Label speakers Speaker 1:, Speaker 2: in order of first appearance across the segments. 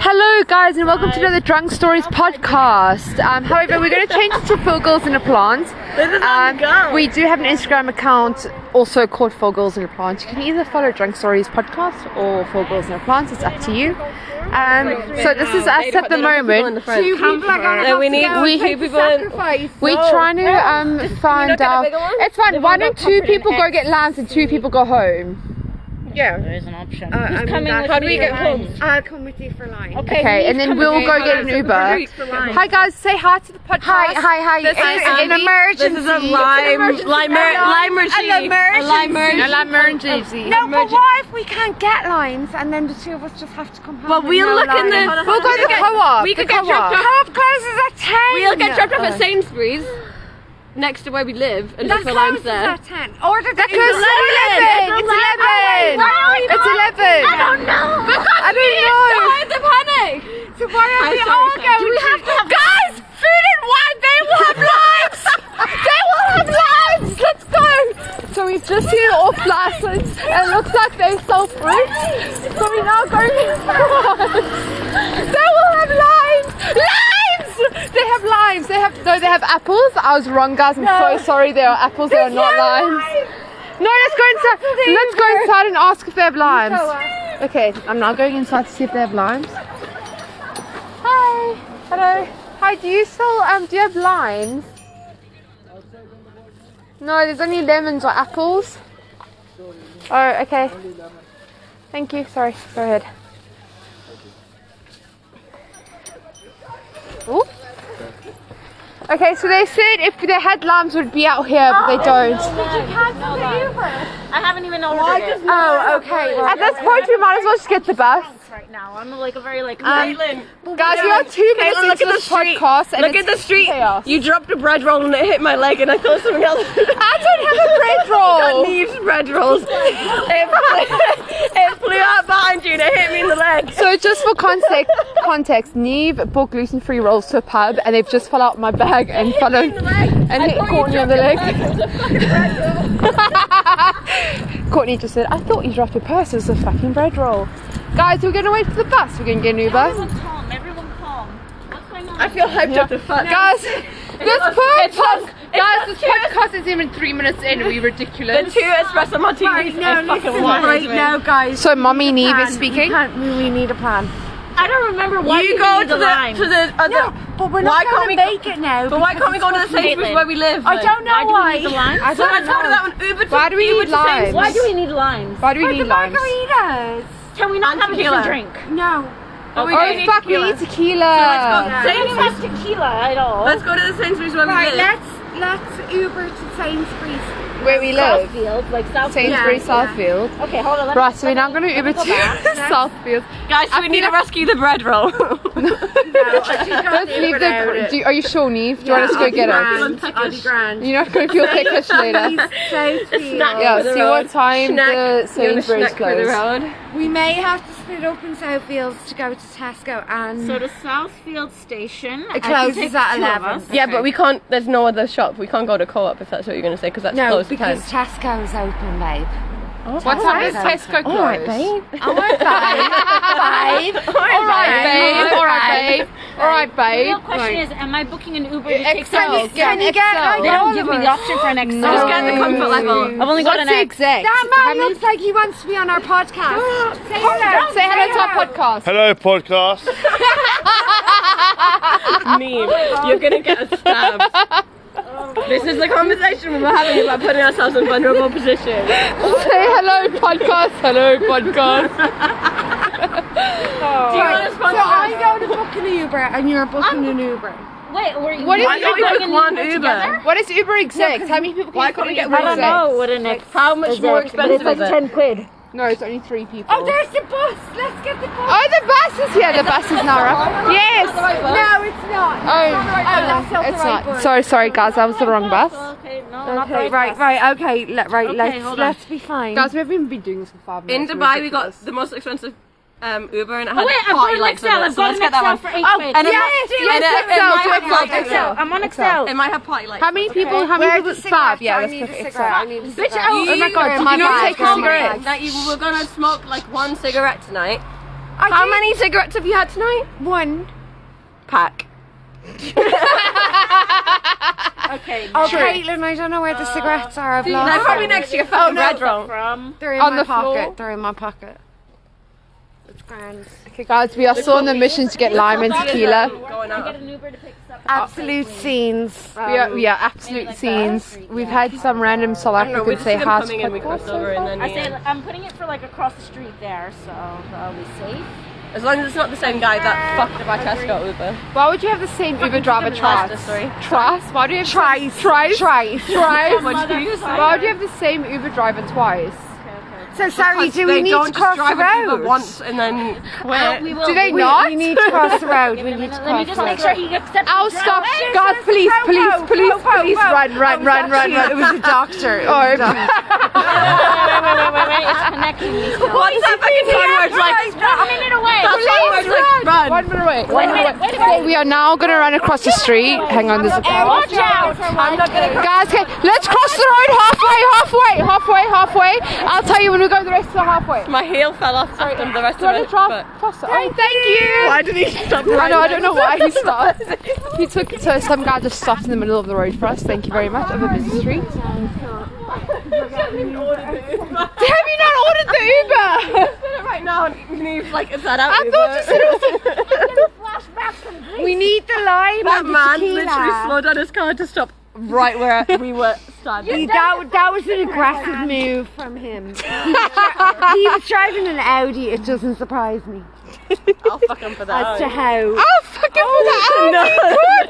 Speaker 1: Hello, guys, and welcome to another Drunk Stories podcast. Um, however, we're going to change it to Fogels and a Plant. Um,
Speaker 2: is on the go.
Speaker 1: we do have an Instagram account also called Fogels and a Plant. You can either follow Drunk Stories podcast or Fogels and a Plant. It's up to you. Um, so this is us at the moment.
Speaker 2: Two people are going to
Speaker 3: we need
Speaker 2: go
Speaker 1: we-
Speaker 2: and take
Speaker 3: two
Speaker 2: the
Speaker 3: people in-
Speaker 2: sacrifice.
Speaker 1: We're trying to um, find
Speaker 2: get a
Speaker 1: out.
Speaker 2: bigger one?
Speaker 1: It's fine. One or two people go get lunch and two people go home.
Speaker 2: Yeah.
Speaker 4: There is an option.
Speaker 2: I mean,
Speaker 3: coming
Speaker 2: like,
Speaker 3: with
Speaker 2: how do
Speaker 3: me
Speaker 2: we get
Speaker 3: alone?
Speaker 2: home? I'll come with you for lunch.
Speaker 3: Okay,
Speaker 1: Okay,
Speaker 3: he's
Speaker 1: and then
Speaker 3: coming
Speaker 1: we'll
Speaker 3: to
Speaker 1: go
Speaker 3: me.
Speaker 1: get an Uber. Hi, guys. Say hi to the podcast. Hi, hi, hi. This
Speaker 2: is an
Speaker 1: emergency.
Speaker 3: This is a lime, lime, lime, lime,
Speaker 1: A lime emergency.
Speaker 2: No, but why if we can't get lines and then the two of us just have to come home?
Speaker 3: But we'll look in the.
Speaker 1: We'll go to the co-op.
Speaker 3: We
Speaker 1: the
Speaker 3: could get
Speaker 1: co-op.
Speaker 3: dropped off.
Speaker 2: closes at 10.
Speaker 3: We'll get dropped off
Speaker 1: Uh.
Speaker 3: at Sainsbury's, next to where we live, and look
Speaker 2: That
Speaker 3: for limes
Speaker 2: closes
Speaker 3: there.
Speaker 2: at 10. Order the
Speaker 1: Because it's 11. It's 11. It's 11. I don't know. I don't know.
Speaker 3: It's a panic.
Speaker 2: So why are
Speaker 3: I'm
Speaker 2: we
Speaker 3: sorry,
Speaker 2: all
Speaker 3: sorry. Do
Speaker 2: going
Speaker 3: we have to have guys?
Speaker 1: Food and wine. They will have lives. they will have lives. Let's go. So we've just seen it off license. It looks like they sold fruit. So we're now going to They will have limes. Limes. They have limes. They have no. They have apples. I was wrong, guys. I'm so sorry. They are apples. They are not limes. No, let's go inside. Let's go inside and ask if they have limes. Okay, I'm now going inside to see if they have limes. Hi. Hello. Hi. Do you sell? Um. Do you have limes? No, there's only lemons or apples. Oh, okay. Thank you. Sorry. Go ahead. Ooh. Okay, so they said if they had limes, would be out here, but they
Speaker 3: Oh.
Speaker 1: don't.
Speaker 4: I haven't even ordered it Uh,
Speaker 1: Oh, okay. At this point, we might as well just get the bus.
Speaker 4: right now. I'm like a very like.
Speaker 1: Guys, we are two minutes
Speaker 3: look
Speaker 1: into
Speaker 3: at the
Speaker 1: this
Speaker 3: street.
Speaker 1: podcast, and
Speaker 3: Look at
Speaker 1: it's
Speaker 3: the street.
Speaker 1: chaos.
Speaker 3: You dropped a bread roll and it hit my leg, and I thought something else.
Speaker 1: I don't have a bread roll.
Speaker 3: Got Neve's bread rolls. it, flew, it flew out behind you and it hit me in the leg.
Speaker 1: So just for context, context, Neve bought gluten-free rolls to a pub, and they've just fell out my bag and followed and hit Courtney on the leg. Courtney just said, "I thought you dropped your purse. It was a fucking bread roll." Guys, we're gonna wait for the bus. We're gonna get an Uber.
Speaker 4: Everyone calm. Everyone calm. What's going on?
Speaker 3: I feel hyped up as fuck.
Speaker 1: Guys, this
Speaker 3: was- it was-
Speaker 1: podcast,
Speaker 3: it
Speaker 1: guys,
Speaker 3: was
Speaker 1: this
Speaker 3: cute.
Speaker 1: podcast is even three minutes in. Are we
Speaker 3: The
Speaker 1: ridiculous?
Speaker 3: two espresso martinis are fucking wild.
Speaker 2: now, guys.
Speaker 1: So, mommy Neve is
Speaker 2: Plan.
Speaker 1: speaking.
Speaker 2: We, can't- we- we need a plan.
Speaker 4: I don't remember why
Speaker 3: you
Speaker 4: we
Speaker 3: go
Speaker 4: need
Speaker 3: to the,
Speaker 4: lines.
Speaker 3: to the other.
Speaker 2: But we're
Speaker 3: Why
Speaker 2: not
Speaker 3: can't
Speaker 2: going
Speaker 3: we
Speaker 2: to
Speaker 3: go-
Speaker 2: make it now.
Speaker 3: but why
Speaker 2: because
Speaker 3: can't we go to the
Speaker 2: it's
Speaker 3: same place
Speaker 4: Caitlin.
Speaker 3: where we live?
Speaker 2: I don't know
Speaker 4: Why do we
Speaker 2: why.
Speaker 4: need the lines?
Speaker 1: I
Speaker 3: So I
Speaker 1: don't
Speaker 3: told her
Speaker 1: know.
Speaker 3: that one Uber. To,
Speaker 1: Why do we
Speaker 3: Uber
Speaker 1: need
Speaker 3: to Sainsbury's.
Speaker 1: limes?
Speaker 4: Why do we need lines?
Speaker 1: Why do
Speaker 3: Oh,
Speaker 1: we
Speaker 2: But the
Speaker 1: need limes?
Speaker 2: margaritas.
Speaker 4: Can we not have a
Speaker 3: Tequila.
Speaker 4: different drink?
Speaker 2: No.
Speaker 3: Oh, we don't
Speaker 1: Oh
Speaker 3: need
Speaker 1: fuck, we
Speaker 3: tequila.
Speaker 1: need tequila.
Speaker 3: Let's
Speaker 4: I don't
Speaker 3: go, Sainsbury's.
Speaker 4: have tequila at all.
Speaker 3: Let's go to the Sainsbury's where
Speaker 2: Right,
Speaker 3: we live.
Speaker 2: let's let's Uber to Sainsbury's.
Speaker 1: Where we live.
Speaker 4: Southfield, like Southfield.
Speaker 1: Sainsbury's
Speaker 2: Yeah,
Speaker 1: Southfield.
Speaker 4: Okay, hold on. let me-
Speaker 1: Right, so we're now going to Uber to Southfield.
Speaker 3: Guys, we need to rescue the bread roll.
Speaker 1: Don't leave the. Do you, are you sure, Neve? Do you want us to go get it?
Speaker 2: I'll grand.
Speaker 1: You're not going to feel peckish later. Yeah, see what time the Sainsbury's closed.
Speaker 2: We may have to split up in Southfields to go to Tesco and
Speaker 4: So to Southfield Station. I
Speaker 2: it
Speaker 4: can take
Speaker 2: closes at
Speaker 4: two of
Speaker 2: eleven.
Speaker 4: us.
Speaker 3: Yeah, but we can't. There's no other shop. We can't go to co-op if that's what you're gonna say, because that's
Speaker 2: No,
Speaker 3: closed
Speaker 2: because
Speaker 3: at
Speaker 2: Tesco is open, babe.
Speaker 1: What time is Tesco closed?
Speaker 3: ten. All right, babe.
Speaker 2: Five.
Speaker 1: All right, babe. All right, babe. All right,
Speaker 4: The
Speaker 1: babe.
Speaker 4: real question is, am I booking an Uber to take
Speaker 1: Excel.
Speaker 4: South?
Speaker 1: Can you
Speaker 2: you
Speaker 1: get
Speaker 2: get,
Speaker 1: Excel?
Speaker 2: like,
Speaker 4: They Oh, don't give me the option for an Excel.
Speaker 1: No.
Speaker 3: Just get the comfort level.
Speaker 4: I've only got
Speaker 1: What's
Speaker 4: an
Speaker 1: the
Speaker 4: X.
Speaker 1: exact?
Speaker 2: That man looks like he wants to be on our podcast. say hello.
Speaker 1: Say hello to our podcast.
Speaker 5: Hello, podcast.
Speaker 3: Neve, you're gonna get us stabbed. This is the conversation we were having about putting ourselves in vulnerable position.
Speaker 1: Say hello, podcast. Hello, podcast.
Speaker 3: Do you want to
Speaker 2: So I'm going to book an Uber and you're booking an Uber.
Speaker 4: Wait, were you?
Speaker 1: What is
Speaker 4: were you
Speaker 1: it?
Speaker 4: booking
Speaker 3: With one
Speaker 4: an Uber
Speaker 3: Uber.
Speaker 4: together?
Speaker 1: What is Uber exact? How many people can
Speaker 3: Why
Speaker 1: you put
Speaker 3: can't we
Speaker 1: in
Speaker 3: get
Speaker 1: Uber
Speaker 3: rid of
Speaker 1: exact?
Speaker 3: that?
Speaker 4: Oh, what an X.
Speaker 3: How much more expensive is it?
Speaker 4: quid.
Speaker 1: No, it's only three people.
Speaker 2: Oh, there's the bus. Let's get the bus.
Speaker 1: Oh, the bus is here. The bus is now right. Yes.
Speaker 2: No, it's not.
Speaker 1: Oh,
Speaker 2: that's not the
Speaker 1: it's
Speaker 2: right
Speaker 1: not.
Speaker 2: bus.
Speaker 1: Sorry, sorry, guys. That was the wrong bus.
Speaker 4: Okay, no, not the
Speaker 2: Okay, right, right, okay, let, right, let's
Speaker 4: hold on.
Speaker 2: let's be fine.
Speaker 1: Guys, we haven't even been doing this for five
Speaker 3: In
Speaker 1: minutes.
Speaker 3: Dubai, we got the most expensive um, Uber, and it had
Speaker 4: Oh, wait, I've got
Speaker 3: party
Speaker 4: an
Speaker 3: lights
Speaker 4: Excel.
Speaker 3: on it, so
Speaker 4: I've got
Speaker 3: let's
Speaker 4: an
Speaker 3: get that
Speaker 4: Excel
Speaker 3: one.
Speaker 4: for eight quid.
Speaker 3: and it
Speaker 1: Yes,
Speaker 3: might-
Speaker 1: yes,
Speaker 3: and it-
Speaker 1: Excel,
Speaker 3: it might
Speaker 1: do
Speaker 3: have
Speaker 1: Excel,
Speaker 3: party lights
Speaker 1: Excel.
Speaker 3: on
Speaker 4: Excel. I'm on Excel.
Speaker 3: it. It might have party lights.
Speaker 1: How many people? How many
Speaker 2: Where's
Speaker 1: people?
Speaker 2: the
Speaker 1: Five. Yeah,
Speaker 2: cigarette? I
Speaker 1: that's
Speaker 2: need a
Speaker 1: perfect.
Speaker 2: cigarette.
Speaker 1: Excel.
Speaker 2: I need a
Speaker 1: Bitch,
Speaker 2: cigarette.
Speaker 1: oh, oh my
Speaker 3: You
Speaker 1: god. Do you
Speaker 3: guys
Speaker 1: not take
Speaker 3: told me
Speaker 1: cigarettes?
Speaker 3: That you were gonna smoke like one cigarette tonight,
Speaker 2: I
Speaker 3: How
Speaker 2: did
Speaker 3: many cigarettes have you had tonight?
Speaker 2: One.
Speaker 3: Pack.
Speaker 2: Oh, Caitlin, I don't know where the cigarettes are. I've lost
Speaker 3: They're probably
Speaker 2: them.
Speaker 3: next to your phone, red roll.
Speaker 4: From
Speaker 2: They're in
Speaker 1: on
Speaker 2: my
Speaker 1: the floor.
Speaker 2: pocket. They're in my pocket. It's grand.
Speaker 1: Okay, guys, we are still on the mission to get lime and tequila.
Speaker 3: Going
Speaker 4: I
Speaker 3: out.
Speaker 4: get an Uber to pick us up.
Speaker 2: Absolute scenes.
Speaker 1: We are, we are absolute scenes. We've had some random South
Speaker 3: I don't know,
Speaker 1: African
Speaker 3: we just
Speaker 1: say
Speaker 3: see them
Speaker 1: hi to
Speaker 3: coming in, we cross over and then
Speaker 4: I say
Speaker 3: yeah.
Speaker 4: like, I'm putting it for like across the street there, so I'll be safe.
Speaker 3: As long as it's not the same guy that fucked up our Tesco Uber.
Speaker 1: Why would you have the same Uber driver
Speaker 3: That's the
Speaker 1: twice?
Speaker 3: story.
Speaker 1: Twice? Why do you have twice? Twice? Twice?
Speaker 3: What do you say?
Speaker 1: Why would you have the same Uber driver twice?
Speaker 2: So sorry, do we
Speaker 3: They
Speaker 2: need
Speaker 3: don't
Speaker 2: to cross
Speaker 3: just
Speaker 2: the
Speaker 3: drive an Uber
Speaker 2: road?
Speaker 3: once and then
Speaker 4: Uh,
Speaker 3: quit.
Speaker 4: we will,
Speaker 1: Do they
Speaker 4: we-
Speaker 1: not?
Speaker 2: We need to cross the road.
Speaker 4: Give
Speaker 2: We
Speaker 4: me a
Speaker 2: need to
Speaker 4: minute. Let me just
Speaker 2: cross the
Speaker 4: make
Speaker 2: road.
Speaker 4: sure he gets
Speaker 1: I'll stop. God, please, please,
Speaker 2: Whoa, whoa,
Speaker 1: please,
Speaker 2: whoa, whoa,
Speaker 1: please,
Speaker 2: whoa.
Speaker 1: run, run, run, run,
Speaker 2: It
Speaker 1: run.
Speaker 2: was a doctor.
Speaker 1: Oh,
Speaker 2: It was a doctor.
Speaker 4: Wait, wait, wait, wait, wait. It's connecting me still.
Speaker 3: What's that fucking sign where it's like,
Speaker 4: One minute away.
Speaker 1: Please
Speaker 3: Please
Speaker 1: run.
Speaker 3: run.
Speaker 1: One minute away. One
Speaker 4: Wait a
Speaker 1: minute away.
Speaker 4: minute, wait a minute.
Speaker 1: Okay, we are now gonna run across the street. Hang on, there's a
Speaker 4: Hey,
Speaker 1: car.
Speaker 4: watch out.
Speaker 3: I'm not gonna
Speaker 1: Guys, okay, let's cross the road halfway, halfway, halfway, halfway. I'll tell you when we go the rest of the halfway.
Speaker 3: My heel fell off after the rest
Speaker 1: Do you
Speaker 3: of
Speaker 1: want
Speaker 3: it.
Speaker 1: to drop?
Speaker 3: but-
Speaker 1: Cross it. Oh, thank you.
Speaker 3: Why did he stop
Speaker 1: I
Speaker 3: right
Speaker 1: know, I
Speaker 3: there?
Speaker 1: don't know why he stopped. He took so some guy just stopped in the middle of the road for us. Thank you very much. Of a busy street. Have you not ordered the Uber?
Speaker 3: Right now, we need like is that out?
Speaker 1: I thought you said it was.
Speaker 4: Flashbacks from Greece.
Speaker 2: We need the lime
Speaker 3: that
Speaker 2: and the
Speaker 3: man
Speaker 2: tequila.
Speaker 3: literally slowed down his car to stop right where we were standing.
Speaker 2: He- that, that was an aggressive move from him. he was driving an Audi. It doesn't surprise me
Speaker 3: I'll fuck him for
Speaker 2: as to
Speaker 3: that.
Speaker 2: how.
Speaker 1: Oh, fucking oh,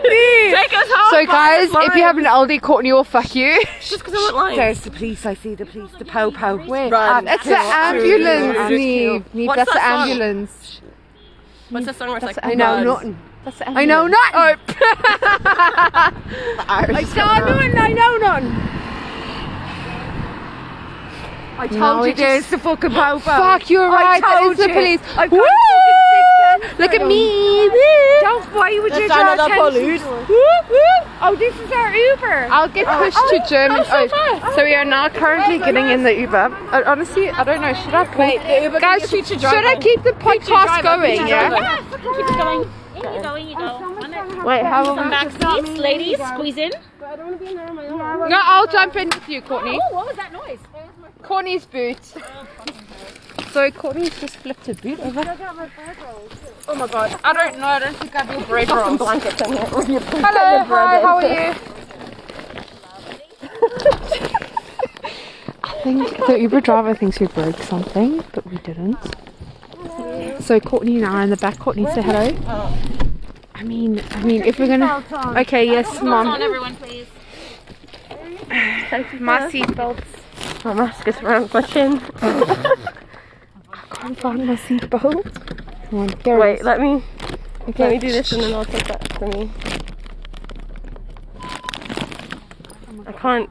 Speaker 3: Take us home.
Speaker 1: So guys, if you
Speaker 3: Fine.
Speaker 1: have an LD Courtney, will fuck you.
Speaker 3: just because I want lying.
Speaker 2: There's the police. I see the police. The po po. Wait.
Speaker 3: Run.
Speaker 1: That's the ambulance, Neve. Neve,
Speaker 3: What's
Speaker 1: that's the
Speaker 3: that song?
Speaker 1: ambulance.
Speaker 3: What's that song where it's like?
Speaker 1: I
Speaker 2: No,
Speaker 1: Run.
Speaker 2: nothing.
Speaker 1: That's the ambulance. I know not. Oh.
Speaker 2: Oh.
Speaker 1: I saw none. I know none.
Speaker 2: I told
Speaker 1: No,
Speaker 2: you
Speaker 1: it just-
Speaker 2: there's the fucking po po.
Speaker 1: Fuck, you're right. That
Speaker 2: told
Speaker 1: is the
Speaker 2: you.
Speaker 1: police.
Speaker 2: I've got
Speaker 1: Woo!
Speaker 2: fucking sick sense
Speaker 1: Look
Speaker 2: for
Speaker 1: at
Speaker 2: them.
Speaker 1: me. Woo!
Speaker 2: Don't. Why would you draw
Speaker 3: another
Speaker 2: attention
Speaker 3: police.
Speaker 2: to us?
Speaker 1: Woo, woo.
Speaker 2: Oh, this is our Uber. Oh,
Speaker 1: I'll get pushed to German.
Speaker 2: so
Speaker 1: Oh, so we are now currently getting in the Uber. I, honestly, I don't know. Should I wait?
Speaker 3: the Uber
Speaker 1: Guys,
Speaker 3: can be a
Speaker 1: should
Speaker 3: future driver.
Speaker 1: I keep the podcast
Speaker 3: driver,
Speaker 1: going?
Speaker 3: future
Speaker 1: Yeah.
Speaker 3: driver.
Speaker 4: Yeah, fucking keep it going. In you go, in you go. On it.
Speaker 1: Wait, how
Speaker 4: Some
Speaker 1: am I?
Speaker 4: back seats, ladies, squeeze in.
Speaker 1: No, I'll jump in with you, Courtney.
Speaker 4: Oh, what was that noise?
Speaker 1: Courtney's boot. So Courtney's just flipped her boot over. Oh my god. I don't know. I don't think I do bread rolls.
Speaker 3: blankets in here. With your
Speaker 1: Hello, hi, how are you? I think the Uber driver thinks we broke something, but we didn't. So Courtney and I are in the back. Courtney, say hello. I mean, I mean, if we're gonna. Okay, yes,
Speaker 4: On
Speaker 1: mom.
Speaker 4: everyone, please.
Speaker 1: My seatbelt.
Speaker 3: My mask is around my chin.
Speaker 1: I found my seatbelt. Oh. Come on, there it
Speaker 3: Wait,
Speaker 1: is.
Speaker 3: let me let me
Speaker 1: Okay.
Speaker 3: do this and then I'll take that for me. I can't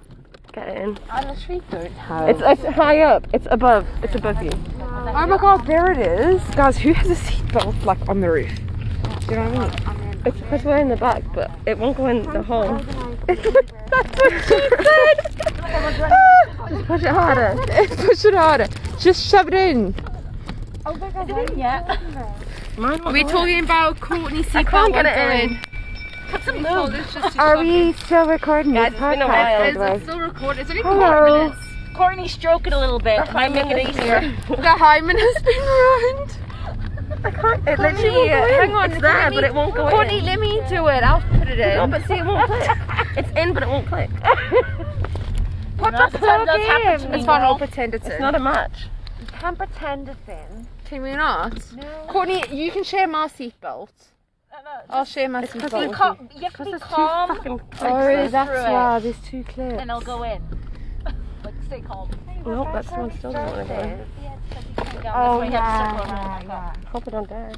Speaker 3: get it in. I literally don't have. It's it's high up. It's above. It's above you.
Speaker 1: Oh my god, there it is. Guys, who has a seatbelt like on the roof? Do you know what I mean?
Speaker 3: It's because we're in the back, but it won't go in the hole.
Speaker 1: That's what she said.
Speaker 3: Push it harder.
Speaker 1: Push it harder. Just shove it in.
Speaker 4: Yeah.
Speaker 3: Mine won't go in.
Speaker 1: talking about Courtney seatbelt. I
Speaker 3: can't get it in.
Speaker 1: Put some lube. It's just
Speaker 2: Are we still recording
Speaker 3: Yeah,
Speaker 2: this
Speaker 3: it's been a
Speaker 2: podcast,
Speaker 3: while.
Speaker 2: by the way?
Speaker 1: still recorded. It's only
Speaker 2: Hello.
Speaker 1: minutes.
Speaker 4: Courtney, stroke it a little bit. Might make it easier.
Speaker 1: The hymen has been ruined.
Speaker 3: I can't. It literally.
Speaker 1: won't go in.
Speaker 3: Hang on. It's there, but it won't go in.
Speaker 1: let me do it. I'll put it
Speaker 3: No,
Speaker 1: in.
Speaker 3: but see, it won't click. It's in, but it won't click.
Speaker 1: Put
Speaker 4: No,
Speaker 1: the
Speaker 4: sometimes
Speaker 1: plug
Speaker 4: that's happened to
Speaker 1: in.
Speaker 4: me,
Speaker 1: It's fine.
Speaker 4: girl.
Speaker 1: I'll pretend it's
Speaker 3: It's
Speaker 1: in.
Speaker 3: not a match.
Speaker 2: Can't pretend it's in.
Speaker 1: Can we not? No. Courtney, you can share my seatbelt. I'll share my seatbelt.
Speaker 4: You, can't, you have to be calm
Speaker 3: Fucking clicks.
Speaker 2: Oh,
Speaker 3: though.
Speaker 2: that's
Speaker 4: through it.
Speaker 2: why there's two clips.
Speaker 4: and it'll go in. Like, stay calm.
Speaker 3: Nope, Oh, that's the one still doesn't want to go in.
Speaker 4: Oh,
Speaker 3: Pop it on there.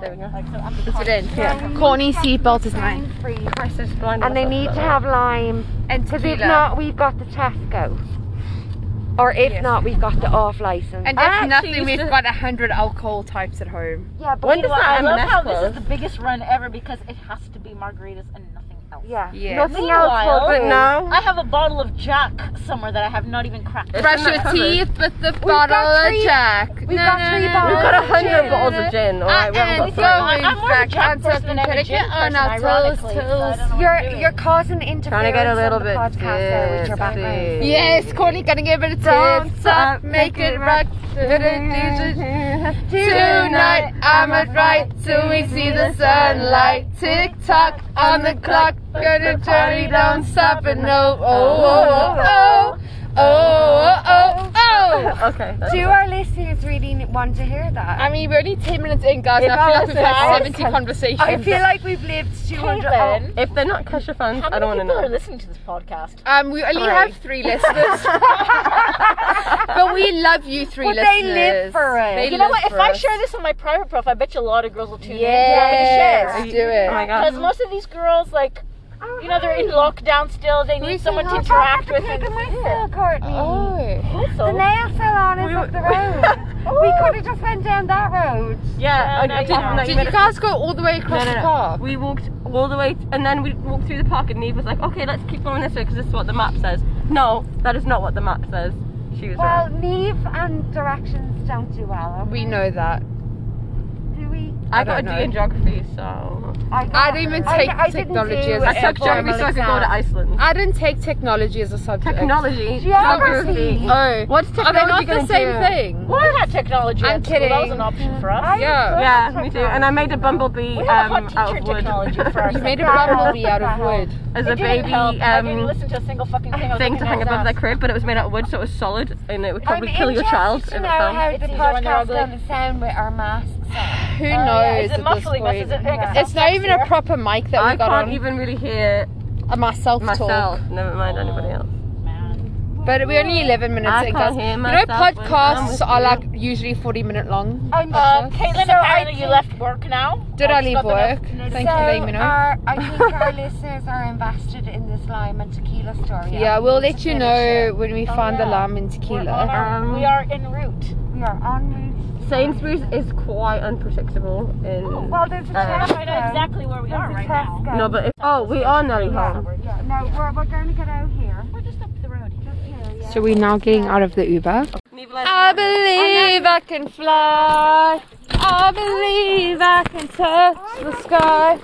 Speaker 3: There we go.
Speaker 1: it in. Courtney seatbelt is mine.
Speaker 3: Christ, it's blind
Speaker 2: And they
Speaker 3: myself
Speaker 2: need to
Speaker 3: there.
Speaker 2: have lime.
Speaker 1: And
Speaker 2: Because if not, we've got the Tesco. Or if not, we've got the off license.
Speaker 1: And
Speaker 3: I
Speaker 1: if
Speaker 3: actually
Speaker 1: nothing,
Speaker 3: used
Speaker 1: we've
Speaker 3: to-
Speaker 1: got a hundred alcohol types at home.
Speaker 2: yeah, but
Speaker 3: When
Speaker 2: we
Speaker 3: does
Speaker 2: want-
Speaker 3: that
Speaker 4: I love
Speaker 3: M&S
Speaker 4: how
Speaker 3: close?
Speaker 4: this is the biggest run ever because it has to be margaritas and nothing
Speaker 2: Yeah.
Speaker 1: Yeah.
Speaker 2: Nothing
Speaker 4: Meanwhile-
Speaker 2: else will do.
Speaker 3: No.
Speaker 4: I have a bottle of Jack somewhere that I have not even cracked.
Speaker 1: Brush your teeth with the
Speaker 2: got
Speaker 1: bottle of
Speaker 2: three-
Speaker 1: Jack.
Speaker 2: we've got three
Speaker 1: We've
Speaker 2: bottles
Speaker 1: got
Speaker 3: We've got
Speaker 1: a
Speaker 3: a hundred
Speaker 1: hundred
Speaker 3: bottles of gin. Alright,
Speaker 1: and
Speaker 3: we
Speaker 4: Uh,
Speaker 1: going
Speaker 3: haven't got three.
Speaker 4: I'm more of a
Speaker 1: back
Speaker 4: Jack
Speaker 1: on something.
Speaker 4: person than a
Speaker 1: Gotta
Speaker 4: gin
Speaker 1: get on
Speaker 4: person,
Speaker 1: our toes,
Speaker 4: ironically, so I
Speaker 1: toes.
Speaker 4: don't know what
Speaker 2: You're
Speaker 4: I'm doing.
Speaker 2: you're causing interference.
Speaker 3: Trying to get a little
Speaker 2: on the
Speaker 3: bit
Speaker 2: podcast there with your background.
Speaker 3: tipsy.
Speaker 1: Yes, Courtney, gonna give it a
Speaker 2: Don't
Speaker 1: tits
Speaker 2: stop,
Speaker 1: up, make it
Speaker 2: make it
Speaker 1: rock. Tonight I'm at right till we see the sunlight. Tick tock on the clock, gonna journey, don't stop it. No, oh, oh, oh, oh, oh, oh, oh.
Speaker 3: Okay.
Speaker 2: Do our listeners really want to hear that?
Speaker 1: I mean, we're only 10 minutes in, guys, and
Speaker 3: If
Speaker 1: I feel
Speaker 3: I
Speaker 1: like we've had
Speaker 3: was-
Speaker 1: 70 conversations.
Speaker 2: I feel like we've lived 200. oh,
Speaker 4: Caitlin,
Speaker 3: If they're not Kesha fans,
Speaker 4: how
Speaker 3: I don't want
Speaker 4: many
Speaker 3: to
Speaker 4: people are
Speaker 3: know.
Speaker 4: listening to this podcast?
Speaker 1: Um, we only have three listeners. but we love you three
Speaker 2: Well,
Speaker 1: listeners.
Speaker 2: they live for it.
Speaker 1: They
Speaker 4: You know
Speaker 1: live
Speaker 4: what? If
Speaker 1: for
Speaker 4: I
Speaker 1: us.
Speaker 4: share this on my private profile, I bet you a lot of girls will tune in.
Speaker 1: Yes,
Speaker 4: and
Speaker 1: do it.
Speaker 3: Oh my god.
Speaker 4: Because most of these girls, like,
Speaker 2: Oh,
Speaker 4: you know, they're in lockdown still. They need someone to
Speaker 2: I have
Speaker 4: interact
Speaker 2: to
Speaker 4: with.
Speaker 2: take a
Speaker 4: and-
Speaker 2: whistle, Courtney.
Speaker 1: Oh.
Speaker 2: The
Speaker 4: Also,
Speaker 2: nail salon is up the road. we could have just went down that road.
Speaker 3: Yeah,
Speaker 4: no,
Speaker 3: I, I
Speaker 4: you
Speaker 3: did
Speaker 4: don't.
Speaker 3: no,
Speaker 1: Did you
Speaker 3: made a-
Speaker 1: guys go all the way across
Speaker 3: No, no,
Speaker 1: the
Speaker 3: no.
Speaker 1: park?
Speaker 3: We walked all the way, and then we walked through the park, and Neve was like, "Okay, let's keep going this way because this is what the map says." No, that is not what the map says. She was
Speaker 2: Well,
Speaker 3: right.
Speaker 2: Neve and directions don't do well,
Speaker 1: We know that.
Speaker 2: do we?
Speaker 3: I,
Speaker 1: I
Speaker 3: got a
Speaker 1: don't
Speaker 3: D
Speaker 1: know.
Speaker 3: in geography, so
Speaker 1: I didn't even take
Speaker 2: I didn't
Speaker 1: technology
Speaker 2: do
Speaker 1: as
Speaker 2: a
Speaker 1: a
Speaker 3: I took geography
Speaker 2: formal
Speaker 3: so I could go
Speaker 2: exam.
Speaker 3: to Iceland.
Speaker 1: I didn't take technology as a subject.
Speaker 3: Technology.
Speaker 2: Geography.
Speaker 1: Oh.
Speaker 3: What's
Speaker 1: Are
Speaker 3: technology
Speaker 1: they not the
Speaker 3: gonna
Speaker 1: same
Speaker 3: do?
Speaker 1: thing?
Speaker 4: we had technology.
Speaker 1: I'm
Speaker 4: at school. That was
Speaker 1: kidding.
Speaker 4: an option for us.
Speaker 2: I
Speaker 1: Yeah.
Speaker 3: Yeah, me too. And I made a bumblebee
Speaker 4: We had a
Speaker 3: um,
Speaker 4: hot
Speaker 3: out
Speaker 4: teacher
Speaker 3: of wood
Speaker 4: technology for our
Speaker 1: You made a
Speaker 2: Wow.
Speaker 1: bumblebee out of
Speaker 2: Wow.
Speaker 1: wood.
Speaker 3: as
Speaker 4: It
Speaker 3: a
Speaker 4: didn't
Speaker 3: baby
Speaker 4: help. I didn't
Speaker 3: um,
Speaker 4: listen to a single fucking thing. I was
Speaker 3: thing
Speaker 4: looking
Speaker 3: to
Speaker 4: at
Speaker 3: hang above
Speaker 4: exams.
Speaker 3: their crib, but it was made out of wood, so it was solid, and it would
Speaker 2: I'm
Speaker 3: probably kill your child if
Speaker 2: interested
Speaker 3: it
Speaker 2: to know
Speaker 3: fell.
Speaker 2: how the
Speaker 4: It's easier when they're
Speaker 2: podcast's
Speaker 4: ugly.
Speaker 2: going to sound with our masks on.
Speaker 1: Who
Speaker 4: Oh, yeah,
Speaker 1: knows
Speaker 4: Is
Speaker 1: at
Speaker 4: it muffling
Speaker 1: this point?
Speaker 4: us? Is it like a
Speaker 1: It's not even a
Speaker 4: self-taxer?
Speaker 1: proper mic that
Speaker 3: I
Speaker 1: we got
Speaker 3: can't
Speaker 1: on.
Speaker 3: even really hear
Speaker 1: Uh, myself
Speaker 3: myself.
Speaker 1: talk.
Speaker 3: Never mind anybody else.
Speaker 4: Man.
Speaker 1: But we're only 11 minutes
Speaker 3: I
Speaker 1: in, guys.
Speaker 3: can't hear
Speaker 1: You know,
Speaker 3: myself when I'm with
Speaker 1: podcasts are
Speaker 3: you.
Speaker 1: like usually 40 minute long.
Speaker 2: I'm
Speaker 4: Uh, Caitlin,
Speaker 2: So
Speaker 4: apparently
Speaker 2: I
Speaker 4: you left work now.
Speaker 1: Did I
Speaker 4: I've
Speaker 1: leave
Speaker 4: got the
Speaker 1: work?
Speaker 4: note-
Speaker 1: Thank
Speaker 2: so
Speaker 1: you for letting me know.
Speaker 2: Our, I think our listeners are invested in this lime and tequila story.
Speaker 3: uh,
Speaker 1: Yeah,
Speaker 2: and
Speaker 1: we'll
Speaker 2: we need
Speaker 1: let
Speaker 2: to
Speaker 1: you
Speaker 2: finish
Speaker 1: know
Speaker 2: it.
Speaker 1: when we
Speaker 4: Oh,
Speaker 1: find the
Speaker 4: yeah.
Speaker 1: lamb and
Speaker 4: We're on
Speaker 1: tequila.
Speaker 4: our-
Speaker 3: Um,
Speaker 4: we are en route.
Speaker 2: We are on route.
Speaker 3: Sainsbury's is quite unpredictable. In
Speaker 2: Well, there's a
Speaker 3: Uh,
Speaker 2: test.
Speaker 4: I know exactly where we
Speaker 2: There's
Speaker 4: are
Speaker 2: a
Speaker 4: right
Speaker 2: test
Speaker 4: now.
Speaker 2: going.
Speaker 3: no, but if, oh, we are nearly home.
Speaker 2: Yeah, no, we're, we're going to get out here.
Speaker 4: We're just up the road.
Speaker 2: Just here, yeah.
Speaker 1: So we're now getting out of the Uber. I
Speaker 3: Neverland.
Speaker 1: believe I can fly. I believe I can touch the sky.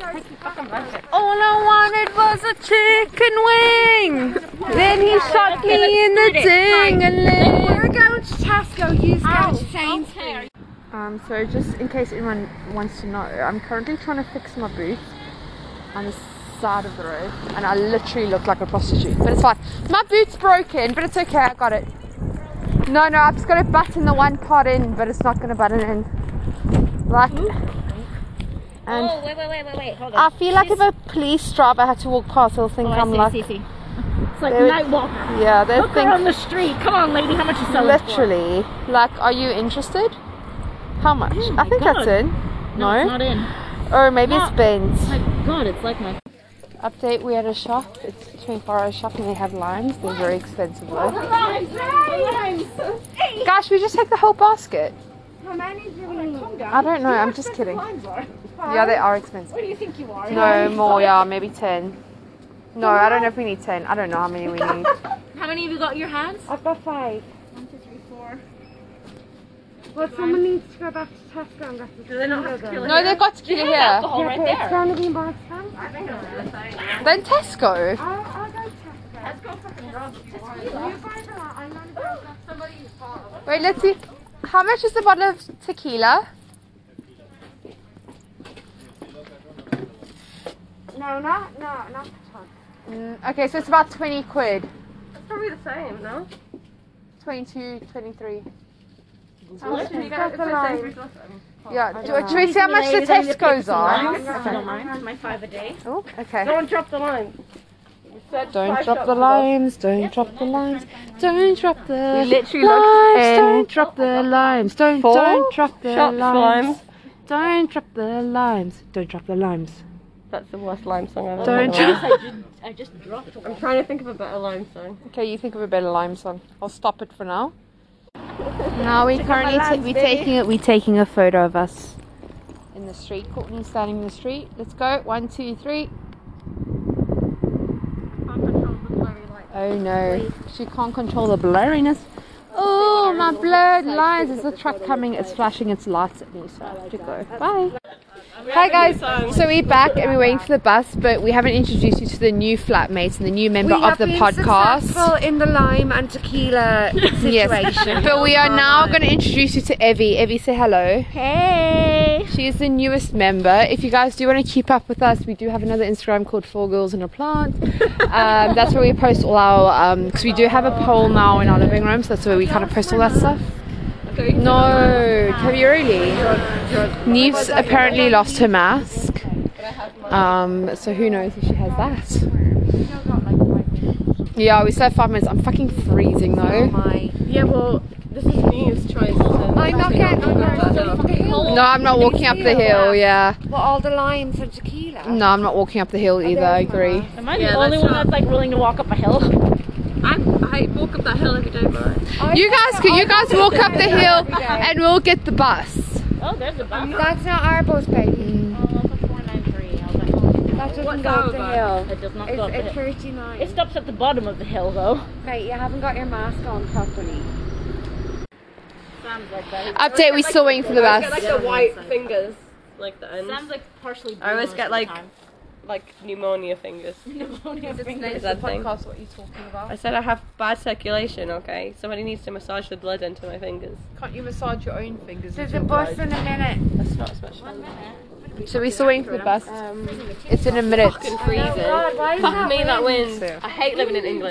Speaker 1: All I wanted was a chicken wing. Then he shot me in the ding a ling.
Speaker 2: We're going to Tesco. Use going to Sainsbury's.
Speaker 1: Um, so just in case anyone wants to know, I'm currently trying to fix my boots on the side of the road, and I literally look like a prostitute. But it's fine. My boot's broken, but it's okay. I got it. No, no, I've just got to button the one part in, but it's not going to button in. Like, and
Speaker 4: Oh, wait, wait, wait, wait, wait. Hold Oh,
Speaker 1: I feel like if a police driver had to walk past, they'll think I'm like,
Speaker 4: It's like
Speaker 1: There-
Speaker 4: night walker.
Speaker 1: yeah, they'll
Speaker 4: Look her on
Speaker 1: think
Speaker 4: the street. Come on, lady. How much you selling
Speaker 1: literally, like, are you interested? How much? I think
Speaker 4: Oh God.
Speaker 1: that's in.
Speaker 4: for?
Speaker 1: No,
Speaker 4: it's not in.
Speaker 1: or maybe it's Ben's.
Speaker 4: My God, it's like my.
Speaker 1: Update, we had a shop. It's 24 hour shop and they have limes. They're very expensive though. Gosh, we just take the whole basket.
Speaker 2: How many do we need?
Speaker 1: I don't know, I'm just kidding. Yeah, they are expensive. What do you think you are? No, more, yeah, maybe 10. No, I don't know if we need 10. I don't know how many we need.
Speaker 4: How many of you got in your hands?
Speaker 2: I've got five. Well, someone needs to go back to Tesco and get the
Speaker 3: Do they not have tequila?
Speaker 1: No, they've got tequila here.
Speaker 4: Alcohol right
Speaker 2: It's
Speaker 4: there.
Speaker 2: going to be more expensive.
Speaker 1: Then Tesco.
Speaker 2: I'll, I'll go to Tesco. Let's go fucking grab You buy that. I'm going to go grab somebody's bottle.
Speaker 1: Wait, let's see. How much is the bottle of tequila?
Speaker 2: No, not, no, not the top.
Speaker 1: Mm, okay, so it's about 20 quid.
Speaker 3: It's probably the same, no?
Speaker 1: 22, 23.
Speaker 3: How much did you guys- it's the
Speaker 2: Lime.
Speaker 3: Sainsbury's last time.
Speaker 1: Yeah, do, should we see how much the Tesco's are?
Speaker 4: If you don't mind, my five a day.
Speaker 1: Oh, okay.
Speaker 3: Don't drop the line. You said
Speaker 1: Don't
Speaker 3: five
Speaker 1: drop
Speaker 3: shots
Speaker 1: the
Speaker 3: ago.
Speaker 1: limes, don't drop the limes, don't drop the
Speaker 3: We literally looked
Speaker 1: limes,
Speaker 3: in
Speaker 1: don't drop the limes, don't
Speaker 3: four
Speaker 1: don't drop the
Speaker 3: shots
Speaker 1: limes,
Speaker 3: lime.
Speaker 1: don't drop the limes, don't drop the limes,
Speaker 3: That's the worst lime song I've ever
Speaker 1: don't
Speaker 3: heard.
Speaker 1: drop.
Speaker 4: I just dropped one.
Speaker 3: I'm trying to think of a better lime song.
Speaker 1: Okay, you think of a better lime song. I'll stop it for now. Now we currently ta- we taking it. We taking a photo of us in the street. Courtney standing in the street. Let's go. One, two, three. Oh no, she can't control the blurriness. Oh, my blurred lines. There's a truck coming. It's flashing its lights at me, so I have to go. Bye. Hi guys. So we're back and we're waiting for the bus, but we haven't introduced you to the new flatmates and the new member
Speaker 2: we
Speaker 1: of
Speaker 2: have
Speaker 1: the
Speaker 2: been
Speaker 1: podcast.
Speaker 2: successful in the lime and tequila situation.
Speaker 1: Yes, but we are now going to introduce you to Evie. Evie, say hello.
Speaker 4: Hey.
Speaker 1: She is the newest member. If you guys do want to keep up with us, we do have another Instagram called Four Girls in a Plant. Um, that's where we post all our because we do have a poll now in our living room, so that's where we kind of post all that stuff. No, have you really? Neve's apparently lost her mask. Um, so who knows if she has that? Yeah, we still have five minutes. I'm fucking freezing
Speaker 2: Oh
Speaker 1: though.
Speaker 3: Yeah, well, this is Neve's choice.
Speaker 2: I'm not getting on
Speaker 1: No, I'm not walking up the hill. Yeah,
Speaker 2: Well, all the limes and tequila.
Speaker 1: no, I'm not walking up the hill either. I agree.
Speaker 4: Am I
Speaker 3: Yeah,
Speaker 4: the only
Speaker 3: that's
Speaker 4: one
Speaker 3: not-
Speaker 4: that's like willing to walk up a hill?
Speaker 3: I'm, I walk up that hill if you don't mind.
Speaker 1: You guys, you guys walk up the hill, and we'll get the bus.
Speaker 4: Oh, there's a bus.
Speaker 2: That's not our bus, baby.
Speaker 4: Oh, that's a 493. I was like, oh,
Speaker 2: That doesn't
Speaker 3: What's
Speaker 2: go up
Speaker 3: our
Speaker 2: the
Speaker 3: bus?
Speaker 2: hill.
Speaker 4: it does not go up
Speaker 2: It's
Speaker 4: the
Speaker 2: at
Speaker 4: hill.
Speaker 2: 39.
Speaker 4: It stops at the bottom of the hill, though.
Speaker 2: Mate, you haven't got your mask on properly.
Speaker 4: Sam's like that.
Speaker 1: Update: We're still waiting for the
Speaker 3: I always get
Speaker 1: bus.
Speaker 3: like the white fingers, like the end,
Speaker 4: Sam's like partially.
Speaker 3: I always
Speaker 4: blue
Speaker 3: get,
Speaker 4: most of the
Speaker 3: like-
Speaker 4: time.
Speaker 3: like pneumonia fingers.
Speaker 4: Pneumonia fingers.
Speaker 3: Is that thing?
Speaker 1: what are you talking about?
Speaker 3: I said I have bad circulation. Okay, somebody needs to massage the blood into my fingers.
Speaker 1: Can't you massage your own fingers?
Speaker 2: There's a bus in a minute.
Speaker 3: That's not as much fun.
Speaker 1: So we're still waiting for the bus. It's in a minute.
Speaker 3: Fucking freezing.
Speaker 2: God, why is
Speaker 3: Fuck me,
Speaker 2: that
Speaker 3: that
Speaker 2: wind?
Speaker 3: wind. I hate living in England.